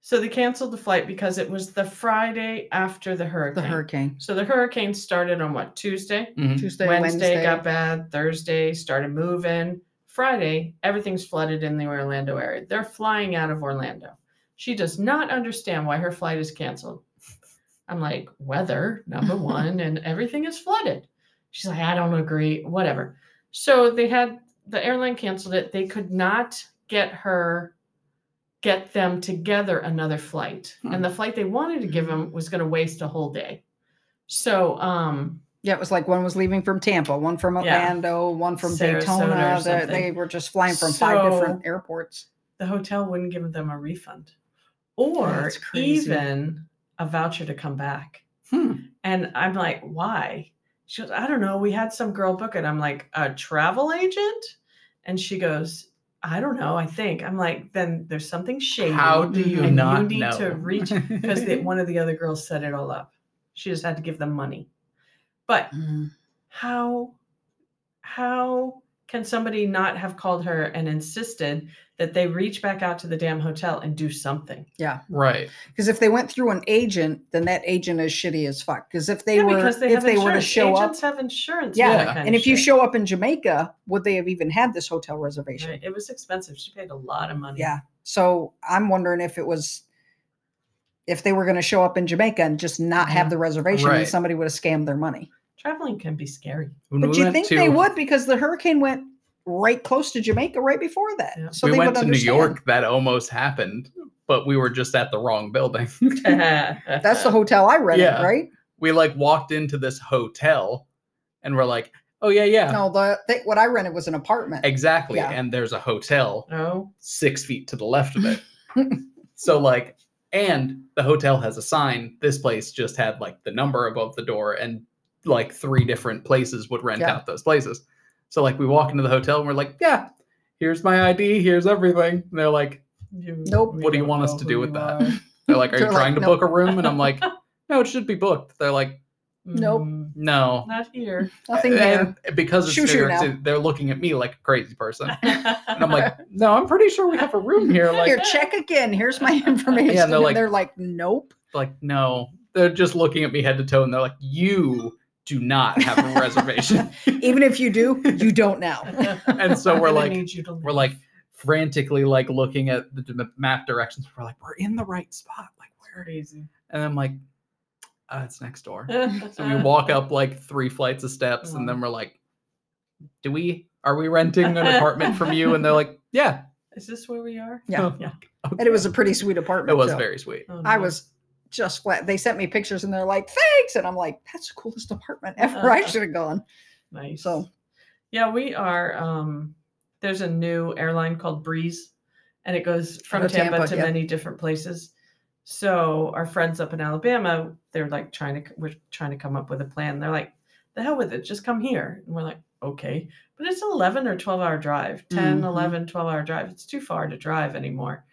Speaker 2: So they canceled the flight because it was the Friday after the hurricane.
Speaker 1: The
Speaker 3: Mm-hmm.
Speaker 1: hurricane.
Speaker 2: so the hurricane started on what Tuesday?
Speaker 3: Mhm.
Speaker 1: Tuesday,
Speaker 2: Wednesday,
Speaker 1: Wednesday.
Speaker 2: got bad. Thursday started moving. Friday, everything's flooded in the Orlando area. They're flying out of Orlando. She does not understand why her flight is canceled. I'm like, weather, number one, and everything is flooded. She's like, I don't agree, whatever. So they had the airline canceled it. They could not get her, get them together another flight.
Speaker 3: Hmm.
Speaker 2: And the flight they wanted to give them was going to waste a whole day. So, um,
Speaker 1: Yeah, it was like one was leaving from Tampa, one from
Speaker 2: Yeah.
Speaker 1: Orlando, one from
Speaker 2: Sarasota or
Speaker 1: Daytona. They,
Speaker 2: something.
Speaker 1: they were just flying from five different airports.
Speaker 2: the hotel wouldn't give them a refund or
Speaker 1: That's crazy.
Speaker 2: even a voucher to come back.
Speaker 3: Hmm.
Speaker 2: And I'm like, why? She goes, I don't know. We had some girl book it. I'm like, a travel agent? And she goes, I don't know. I think. I'm like, then there's something shady.
Speaker 3: How do you
Speaker 1: and you
Speaker 3: not
Speaker 2: need
Speaker 3: know?
Speaker 2: to reach- Because the- one of the other girls set it all up. She just had to give them money. But
Speaker 3: Mm-hmm.
Speaker 2: how how can somebody not have called her and insisted that they reach back out to the damn hotel and do something?
Speaker 3: right.
Speaker 1: Because if they went through an agent, then that agent is shitty as fuck. Because if they
Speaker 2: yeah,
Speaker 1: were,
Speaker 2: because they
Speaker 1: if
Speaker 2: have
Speaker 1: they
Speaker 2: insurance.
Speaker 1: were to show up,
Speaker 2: agents have insurance.
Speaker 1: Yeah,
Speaker 2: for that kind
Speaker 1: and
Speaker 2: of
Speaker 1: if you
Speaker 2: shit.
Speaker 1: show up in Jamaica, would they have even had this hotel reservation?
Speaker 2: Right, it was expensive. She paid a lot of money.
Speaker 1: Yeah. So I'm wondering if it was if they were going to show up in Jamaica and just not have
Speaker 2: Yeah.
Speaker 1: the reservation, then
Speaker 3: Right.
Speaker 1: somebody would have scammed their money.
Speaker 2: traveling can be scary.
Speaker 3: When
Speaker 1: But
Speaker 3: we
Speaker 1: you
Speaker 3: went
Speaker 1: think
Speaker 3: to-
Speaker 1: they would because the hurricane went right close to Jamaica right before that.
Speaker 2: Yeah.
Speaker 1: So
Speaker 3: we
Speaker 1: they
Speaker 3: went
Speaker 1: would
Speaker 3: to New
Speaker 1: understand.
Speaker 3: York. That almost happened, but we were just at the wrong building.
Speaker 2: That's
Speaker 1: That's the hotel I rented,
Speaker 3: Yeah.
Speaker 1: right?
Speaker 3: we like walked into this hotel, and we're like, "Oh yeah, yeah,
Speaker 1: No, the they, what I rented was an apartment.
Speaker 3: exactly."
Speaker 1: Yeah. Oh,
Speaker 3: And there's a hotel
Speaker 2: no.
Speaker 3: six feet to the left of it. So like, and the hotel has a sign. This place just had like the number above the door, and like three different places would rent
Speaker 1: Yeah.
Speaker 3: out those places. So like, we walk into the hotel and we're like, yeah, here's my ID, here's everything. And they're like,
Speaker 1: Nope.
Speaker 3: What do you
Speaker 2: don't
Speaker 3: want us
Speaker 2: know
Speaker 3: to
Speaker 2: who
Speaker 3: do with
Speaker 2: you
Speaker 3: that?
Speaker 2: are.
Speaker 3: they're like, are you
Speaker 1: They're like,
Speaker 3: trying to
Speaker 1: "Nope."
Speaker 3: book a room? And I'm like, no, it should be booked. They're like,
Speaker 1: Nope.
Speaker 2: Mm,
Speaker 3: no.
Speaker 2: Not here.
Speaker 1: Nothing
Speaker 3: and
Speaker 1: there.
Speaker 3: because it's
Speaker 1: Shoo,
Speaker 3: New
Speaker 1: shoo
Speaker 3: York
Speaker 1: now.
Speaker 3: City, they're looking at me like a crazy person. And
Speaker 2: I'm
Speaker 3: I'm like, no, I'm pretty sure we have a room here. Like,
Speaker 1: Here, check again. Here's my information.
Speaker 3: they're
Speaker 1: And
Speaker 3: like-
Speaker 1: they're like, nope.
Speaker 3: like, no. They're just looking at me head to toe and they're like, you do not have a reservation.
Speaker 1: Even if you do, you don't now.
Speaker 3: and so we're like-
Speaker 2: need you to
Speaker 3: we're like frantically like looking at the d- map directions. We're like, we're in the right spot. Like where?
Speaker 2: crazy.
Speaker 3: And I'm like, uh, it's next door. So we walk up like three flights of steps
Speaker 1: Uh-huh.
Speaker 3: and then we're like, do we are we renting an apartment from you? And they're like, yeah.
Speaker 2: Is this where we are?
Speaker 1: Yeah.
Speaker 3: yeah.
Speaker 1: And it was a pretty sweet
Speaker 3: it
Speaker 1: apartment.
Speaker 3: was
Speaker 1: too.
Speaker 3: very sweet.
Speaker 2: Oh,
Speaker 1: I
Speaker 2: no.
Speaker 1: was just flat. They sent me pictures and they're like, thanks. And I'm like, that's the coolest apartment ever. I
Speaker 2: Uh-huh.
Speaker 1: should have gone.
Speaker 2: nice.
Speaker 1: so-
Speaker 2: yeah, we are. Um, there's a new airline called Breeze, and it goes from
Speaker 1: know
Speaker 2: Tampa,
Speaker 1: Oh, Tampa,
Speaker 2: to
Speaker 1: yeah.
Speaker 2: many different places. So our friends up in Alabama, they're like trying to we're trying to come up with a plan. They're like, the hell with it, just come here. And we're like, okay. But it's 11 or 12 hour drive, 10,
Speaker 1: Mhm.
Speaker 2: 11, 12 hour drive. It's too far to drive anymore.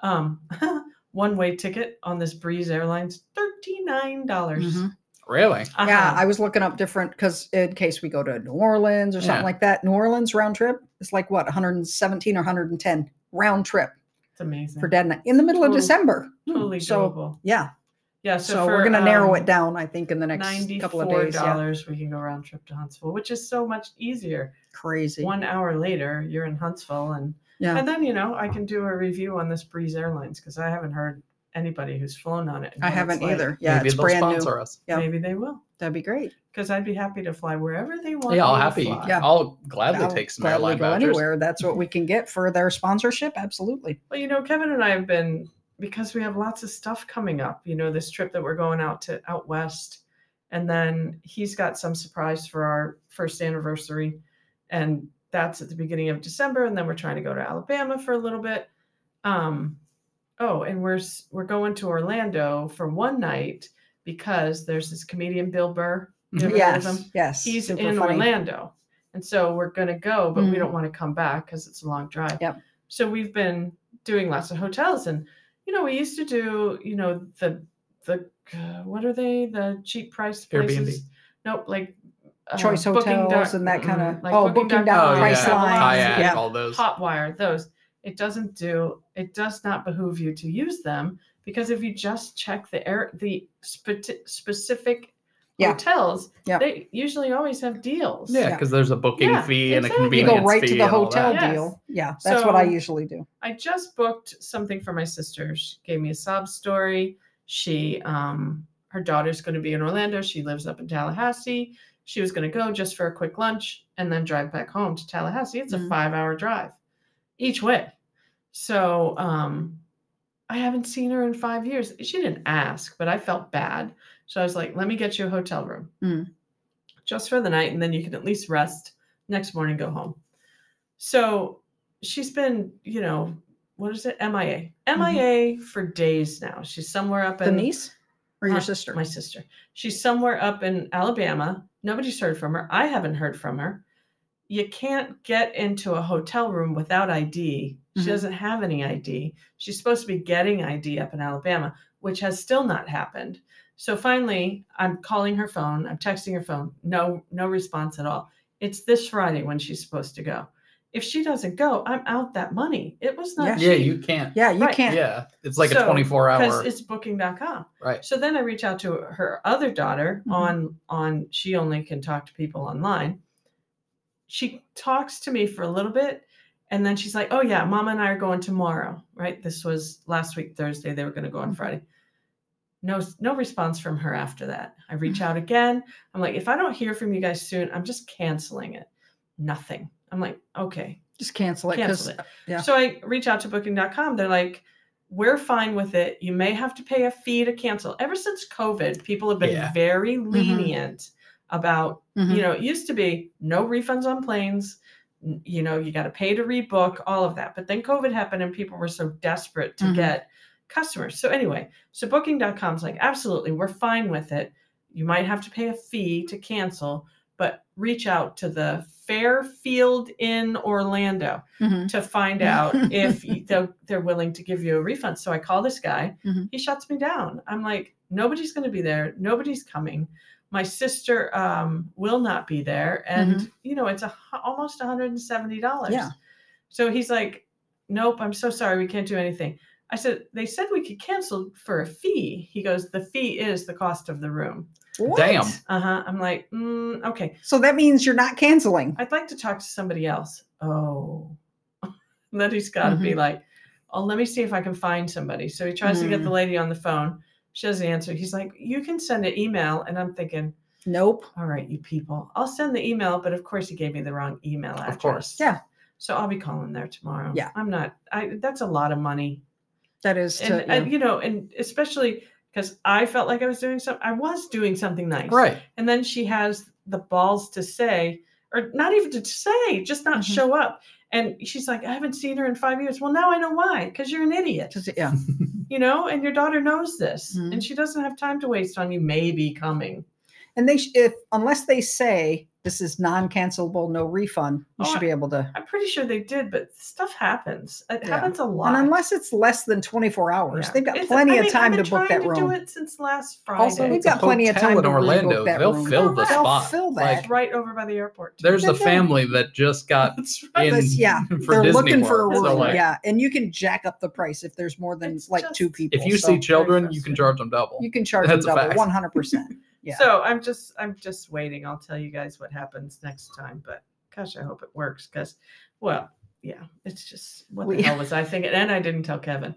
Speaker 2: Um, one way ticket on this Breeze Airlines, $39. dollars Uh-huh.
Speaker 1: Mhm.
Speaker 3: Really?
Speaker 1: Yeah, I was looking up different because in case we go to New Orleans or something
Speaker 3: Yeah.
Speaker 1: like that, New Orleans round trip is like what 117 or 110 round trip
Speaker 2: it's amazing.
Speaker 1: for dead night in the middle of
Speaker 2: Total.
Speaker 1: December.
Speaker 2: totally
Speaker 1: So,
Speaker 2: doable.
Speaker 1: Yeah,
Speaker 2: Yeah,
Speaker 1: so,
Speaker 2: so,
Speaker 1: we're
Speaker 2: for,
Speaker 1: gonna narrow
Speaker 2: um,
Speaker 1: it down, I think, in the next couple of days. Yeah,
Speaker 2: dollars we can go round trip to Huntsville, which is so much easier.
Speaker 1: crazy.
Speaker 2: One hour later, you're in Huntsville, and
Speaker 1: yeah,
Speaker 2: and then you know I can do a review on this Breeze Airlines because I haven't heard anybody who's flown on it. and
Speaker 1: I
Speaker 2: what it's
Speaker 1: haven't
Speaker 2: like.
Speaker 1: either. Yeah,
Speaker 3: Maybe
Speaker 1: it's
Speaker 3: they'll
Speaker 1: brand
Speaker 3: sponsor
Speaker 1: new.
Speaker 3: us.
Speaker 1: Yeah.
Speaker 2: Maybe they will
Speaker 1: That'd be great.
Speaker 2: because I'd be happy to fly wherever they want.
Speaker 3: Yeah, I'll
Speaker 2: me to
Speaker 3: happy.
Speaker 2: fly.
Speaker 1: Yeah.
Speaker 3: I'll gladly
Speaker 1: I'll
Speaker 3: take some
Speaker 1: gladly
Speaker 3: airline
Speaker 1: go
Speaker 3: vouchers.
Speaker 1: anywhere. That's what we can get for their sponsorship. Absolutely.
Speaker 2: Well, you know, Kevin and I have been because we have lots of stuff coming up. You know, this trip that we're going out to out west, and then he's got some surprise for our first anniversary, and that's at the beginning of December. And then we're trying to go to Alabama for a little bit. Um, oh, and we're s- we're going to Orlando for one night because there's this comedian Bill Burr. You
Speaker 3: Mm-hmm.
Speaker 2: ever heard of him?
Speaker 1: Yes, yes.
Speaker 2: he's
Speaker 1: super
Speaker 2: in
Speaker 1: funny. Mm.
Speaker 2: Orlando. And so we're going to go, but we don't want to come back because it's a long drive.
Speaker 1: Yep.
Speaker 2: So we've been doing lots of hotels and, you know, we used to do, you know, the, the, uh, what are they? The cheap price
Speaker 3: Airbnb.
Speaker 2: places. Nope. Like uh,
Speaker 1: Choice
Speaker 2: Booking
Speaker 1: hotels
Speaker 2: dot-
Speaker 1: and that kind of
Speaker 2: mm-mm, like
Speaker 1: oh
Speaker 2: Booking
Speaker 1: booking
Speaker 2: dot
Speaker 1: down
Speaker 3: Oh,
Speaker 2: com,
Speaker 1: price
Speaker 3: yeah.
Speaker 1: lines.
Speaker 3: Kayak,
Speaker 1: Yeah,
Speaker 3: all those.
Speaker 2: Hotwire, those. It doesn't do, it does not behoove you to use them because if you just check the air, the speci- specific
Speaker 1: Yeah.
Speaker 2: hotels,
Speaker 1: Yeah.
Speaker 2: they usually always have deals.
Speaker 3: Yeah,
Speaker 1: Yeah.
Speaker 3: because there's a booking
Speaker 2: Yeah,
Speaker 3: fee and a
Speaker 2: exactly.
Speaker 1: you
Speaker 3: convenience
Speaker 1: go right
Speaker 3: fee
Speaker 1: to the
Speaker 3: and all
Speaker 1: hotel
Speaker 3: that.
Speaker 2: Yes.
Speaker 1: deal. Yeah, that's what I
Speaker 2: So-
Speaker 1: usually do.
Speaker 2: I just booked something for my sister. She gave me a sob story. She, um, her daughter's going to be in Orlando. She lives up in Tallahassee. She was going to go just for a quick lunch and then drive back home to Tallahassee. It's
Speaker 1: Mhm.
Speaker 2: a five hour drive each way. So, um, I haven't seen her in five years. She didn't ask, but I felt bad. So I was like, let me get you a hotel room
Speaker 1: Mm.
Speaker 2: just for the night. And then you can at least rest next morning, go home. So she's been, you know, what is it? MIA. MIA for days now. She's somewhere up
Speaker 1: The
Speaker 2: in
Speaker 1: niece or your
Speaker 2: Uh,
Speaker 1: sister?
Speaker 2: my sister. She's somewhere up in Alabama. Nobody's heard from her. I haven't heard from her. You can't get into a hotel room without ID. She
Speaker 1: Mhm.
Speaker 2: doesn't have any ID. She's supposed to be getting ID up in Alabama, which has still not happened. So finally, I'm calling her phone. I'm texting her phone. No, no response at all. It's this Friday when she's supposed to go. If she doesn't go, I'm out that money. It was not
Speaker 3: Yeah,
Speaker 2: cheap
Speaker 3: you can't.
Speaker 1: yeah, you
Speaker 2: Right.
Speaker 1: can't.
Speaker 3: Yeah, it's like
Speaker 2: So,
Speaker 3: a 24
Speaker 2: because
Speaker 3: hour.
Speaker 2: it's booking.com.
Speaker 3: Right. Mm-hmm.
Speaker 2: So then I reach out to her other daughter
Speaker 1: Mhm.
Speaker 2: on on she only can talk to people online. She talks to me for a little bit and then she's like, "Oh yeah, mama and I are going tomorrow." Right? This was last week Thursday. They were going to go on
Speaker 3: Mm-hmm.
Speaker 1: Mhm.
Speaker 2: Friday. No no response from her after that. I
Speaker 3: Mm-hmm.
Speaker 2: reach out again. I'm like, "If I don't hear from you guys soon, I'm just canceling it." Nothing. I'm like, "Okay,
Speaker 1: Just cancel it because
Speaker 2: Cancel it.
Speaker 1: yeah.
Speaker 2: So I reach out to booking.com. They're like, we're fine with it. You may have to pay a fee to cancel. Ever since COVID, people have been
Speaker 3: Yeah.
Speaker 2: very lenient about,
Speaker 1: Mm-hmm,
Speaker 2: you know, it used to be no refunds on planes. n- You know, you got to pay to rebook, all of that. But then COVID happened and people were so desperate to
Speaker 1: Mhm.
Speaker 2: get customers. So anyway, so booking.com's like, absolutely, we're fine with it. You might have to pay a fee to cancel, but reach out to the Fairfield in Orlando
Speaker 1: Mhm.
Speaker 2: to find out if you- they'll- they're willing to give you a refund. So I call this guy.
Speaker 1: Mhm.
Speaker 2: He shuts me down. I'm like, nobody's going to be there. Nobody's coming. My sister um, will not be there, and you know it's a, hu- almost 170 dollars.
Speaker 1: Yeah.
Speaker 2: So he's like, nope. I'm so sorry. We can't do anything. I said they said we could cancel for a fee. He goes, the fee is the cost of the room.
Speaker 1: What?
Speaker 3: Damn.
Speaker 2: Uh huh. I'm like, mm, okay.
Speaker 1: mm-hmm. So that means you're not canceling.
Speaker 2: I'd like to talk to somebody else. Oh, And then he's got to
Speaker 1: Mm-hmm.
Speaker 2: be like, oh, let me see if I can find somebody. So he tries to get
Speaker 1: Mm-hmm.
Speaker 2: the lady on the phone. She doesn't answer. He's like, you can send an email. And I'm thinking,
Speaker 1: Nope.
Speaker 2: all right, you people, I'll send the email. But of course, he gave me the wrong email address.
Speaker 3: Of course.
Speaker 1: Yeah.
Speaker 2: So I'll be calling there tomorrow.
Speaker 1: Yeah.
Speaker 2: I'm not, I, that's a lot of money.
Speaker 1: That is to,
Speaker 2: And, uh, and, you know, and especially because I felt like I was doing something, I was doing something nice.
Speaker 3: Right.
Speaker 2: And then she has the balls to say, or not even to say, just not
Speaker 1: Mhm.
Speaker 2: show up. And she's like, I haven't seen her in five years. Well, now I know why, because you're an idiot,
Speaker 1: yeah. yeah.
Speaker 2: you know, and your daughter knows this.
Speaker 1: Mhm.
Speaker 2: And she doesn't have time to waste on you, maybe coming.
Speaker 1: And they sh- if unless they say this is non-cancelable, no refund, you
Speaker 2: Oh,
Speaker 1: should be able to.
Speaker 2: I'm pretty sure they did, but stuff happens. It
Speaker 1: Yeah.
Speaker 2: happens a lot.
Speaker 1: And unless it's less than 24 hours,
Speaker 2: Yeah.
Speaker 1: they've got
Speaker 2: It's-
Speaker 1: plenty
Speaker 2: I mean,
Speaker 1: of time
Speaker 2: I've
Speaker 1: to
Speaker 2: been
Speaker 1: book
Speaker 2: trying
Speaker 1: that
Speaker 2: to do
Speaker 1: room.
Speaker 2: it since last Friday.
Speaker 1: Also, we've
Speaker 3: It's a
Speaker 1: got plenty of
Speaker 3: hotel
Speaker 1: time
Speaker 3: in
Speaker 1: to
Speaker 3: Orlando.
Speaker 1: rebook that
Speaker 3: They'll
Speaker 1: room.
Speaker 3: fill the
Speaker 2: They'll
Speaker 1: They'll
Speaker 3: spot.
Speaker 1: fill that.
Speaker 3: Like,
Speaker 2: It's right over by the airport.
Speaker 3: There's a
Speaker 1: But then-
Speaker 3: family that just got
Speaker 2: That's right.
Speaker 3: in
Speaker 1: That's- yeah,
Speaker 3: for
Speaker 1: They're
Speaker 3: Disney
Speaker 1: looking for a
Speaker 3: World,
Speaker 1: room.
Speaker 3: so, like,
Speaker 1: yeah, and you can jack up the price if there's more than
Speaker 2: It's
Speaker 1: like
Speaker 2: just-
Speaker 1: two people.
Speaker 3: If you
Speaker 1: so
Speaker 3: see children, you
Speaker 2: frustrating.
Speaker 3: can charge them double.
Speaker 1: you can charge them
Speaker 3: that's a
Speaker 1: double,
Speaker 3: fact.
Speaker 1: 100. percent Yeah.
Speaker 2: So I'm just I'm just waiting. I'll tell you guys what happens next time. But gosh, I hope it works because, well, yeah, it's just what
Speaker 1: We-
Speaker 2: the hell was I thinking? And I didn't tell Kevin.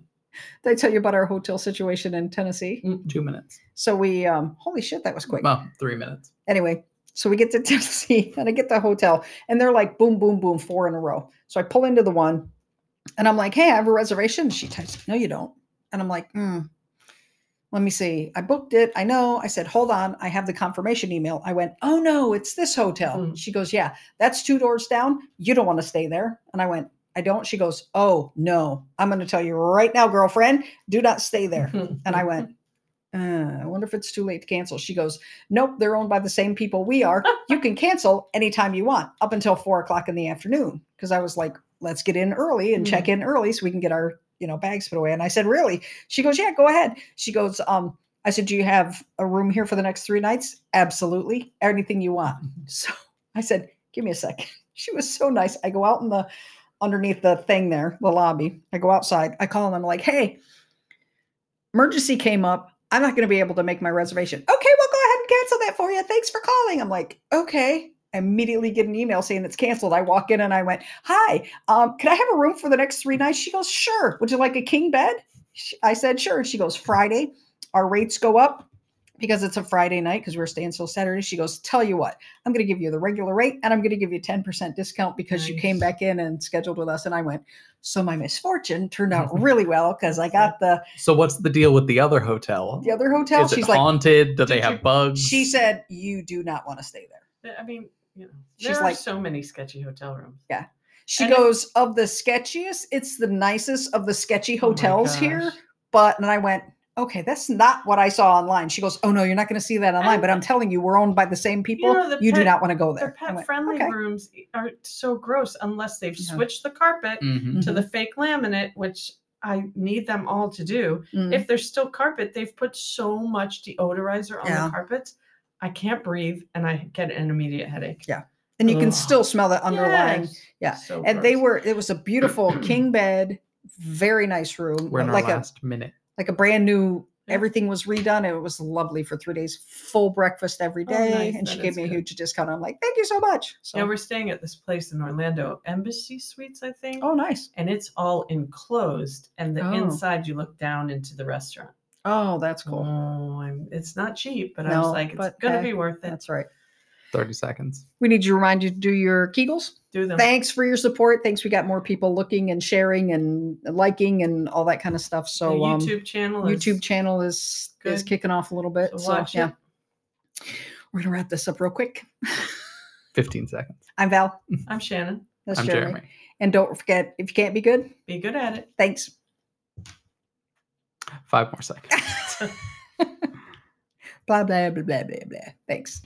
Speaker 1: Did I tell you about our hotel situation in Tennessee?
Speaker 3: Two minutes.
Speaker 1: So we, um, holy shit, that was quick.
Speaker 3: Well, three minutes.
Speaker 1: anyway, so we get to Tennessee and I get to the hotel and they're like boom, boom, boom, four in a row. So I pull into the one and I'm like, hey, I have a reservation. She types, no, you don't. And I'm like, hmm. Let me see. I booked it. I know. I said, hold on. I have the confirmation email. I went, oh no, it's this hotel.
Speaker 2: Mm.
Speaker 1: She goes, yeah, that's two doors down. You don't want to stay there. And I went, I don't. She goes, oh no, I'm going to tell you right now, girlfriend, do not stay there. And I went, uh, I wonder if it's too late to cancel. She goes, Nope, they're owned by the same people we are. You can cancel anytime you want up until four o'clock in the afternoon. Cause I was like, Let's get in early and check in early so we can get our, you know, bags put away. And I said, Really? She goes, Yeah, go ahead. She goes, Um, I said, Do you have a room here for the next three nights? Absolutely. Anything you want. So I said, Give me a second. She was so nice. I go out in the underneath the thing there, the lobby. I go outside. I call and I'm like, Hey, emergency came up. I'm not going to be able to make my reservation. Okay, we'll go ahead and cancel that for you. Thanks for calling. I'm like, okay. I immediately get an email saying it's canceled. I walk in and I went, hi, um, can I have a room for the next three nights? She goes, sure. Would you like a king bed? Sh- I said, sure. And she goes, Friday, our rates go up because it's a Friday night because we're staying till Saturday. She goes, tell you what, I'm going to give you the regular rate and I'm going to give you 10% discount because you came
Speaker 2: Nice.
Speaker 1: back in and scheduled with us. And I went, so my misfortune turned out really well because I got the
Speaker 3: So what's the deal with the other hotel?
Speaker 1: the other hotel.
Speaker 3: Is it
Speaker 1: She's like,
Speaker 3: haunted? Do they
Speaker 2: Did
Speaker 3: have
Speaker 2: you-
Speaker 3: bugs?
Speaker 1: she said, you do not want to stay there.
Speaker 2: I mean, you know,
Speaker 1: She's
Speaker 2: there are
Speaker 1: like-
Speaker 2: so many sketchy hotel rooms.
Speaker 1: She
Speaker 2: And if-
Speaker 1: goes, of the sketchiest, it's the nicest of the sketchy
Speaker 2: Oh my
Speaker 1: hotels here.
Speaker 2: gosh.
Speaker 1: But, and I went, okay, that's not what I saw online. She goes, oh no, you're not going to see that online, but I'm telling you, we're owned by the same people. You,
Speaker 2: know, the
Speaker 1: do
Speaker 2: pet-
Speaker 1: not want to go
Speaker 2: Their
Speaker 1: there. I
Speaker 2: pet
Speaker 1: went,
Speaker 2: friendly
Speaker 1: okay.
Speaker 2: rooms e, are so gross unless they've
Speaker 1: Yeah.
Speaker 2: switched the carpet
Speaker 3: Mhm.
Speaker 1: Mm-hmm,
Speaker 2: to the fake laminate, which I need them all to do.
Speaker 1: Mhm.
Speaker 2: if there's still carpet, they've put so much deodorizer on
Speaker 1: Yeah.
Speaker 2: the carpets. I can't breathe and I get an immediate headache.
Speaker 1: and you can
Speaker 2: Ugh.
Speaker 1: still smell the underlying.
Speaker 2: Yes.
Speaker 1: yeah.
Speaker 2: So
Speaker 1: And they
Speaker 2: gross.
Speaker 1: were, it was a beautiful king bed, very nice room.
Speaker 3: We're in our
Speaker 1: like a,
Speaker 3: last minute.
Speaker 1: like a brand new
Speaker 2: Yeah.
Speaker 1: everything was redone it was lovely for three days full breakfast every
Speaker 2: Oh,
Speaker 1: day
Speaker 2: nice.
Speaker 1: and
Speaker 2: That
Speaker 1: she gave
Speaker 2: is
Speaker 1: me a
Speaker 2: good.
Speaker 1: huge discount i'm like thank you so much so
Speaker 2: Yeah, we're staying at this place in Orlando, Embassy Suites, I think.
Speaker 1: oh nice
Speaker 2: And it's all enclosed, and the
Speaker 1: Oh.
Speaker 2: inside you look down into the restaurant.
Speaker 1: oh that's cool
Speaker 2: Oh, I'm, it's not cheap, but I was
Speaker 1: No,
Speaker 2: like, it's
Speaker 1: but,
Speaker 2: gonna
Speaker 1: hey,
Speaker 2: be worth it.
Speaker 1: that's right
Speaker 3: 30 seconds.
Speaker 1: we need to remind you to do your kegels
Speaker 2: Do them.
Speaker 1: thanks for your support thanks we got more people looking and sharing and liking and all that kind of stuff
Speaker 2: The
Speaker 1: so um,
Speaker 2: YouTube channel. Is,
Speaker 1: youtube channel is is
Speaker 2: good.
Speaker 1: kicking off a little bit
Speaker 2: So
Speaker 1: so,
Speaker 2: watch it.
Speaker 1: yeah we're gonna wrap this up real quick
Speaker 3: 15 seconds.
Speaker 1: i'm val
Speaker 2: I'm Shannon.
Speaker 1: that's
Speaker 3: I'm
Speaker 1: jeremy.
Speaker 3: Jeremy.
Speaker 1: and don't forget if you can't be good
Speaker 2: Be good at it.
Speaker 1: thanks
Speaker 3: Five more seconds.
Speaker 1: blah blah blah blah blah blah. Thanks.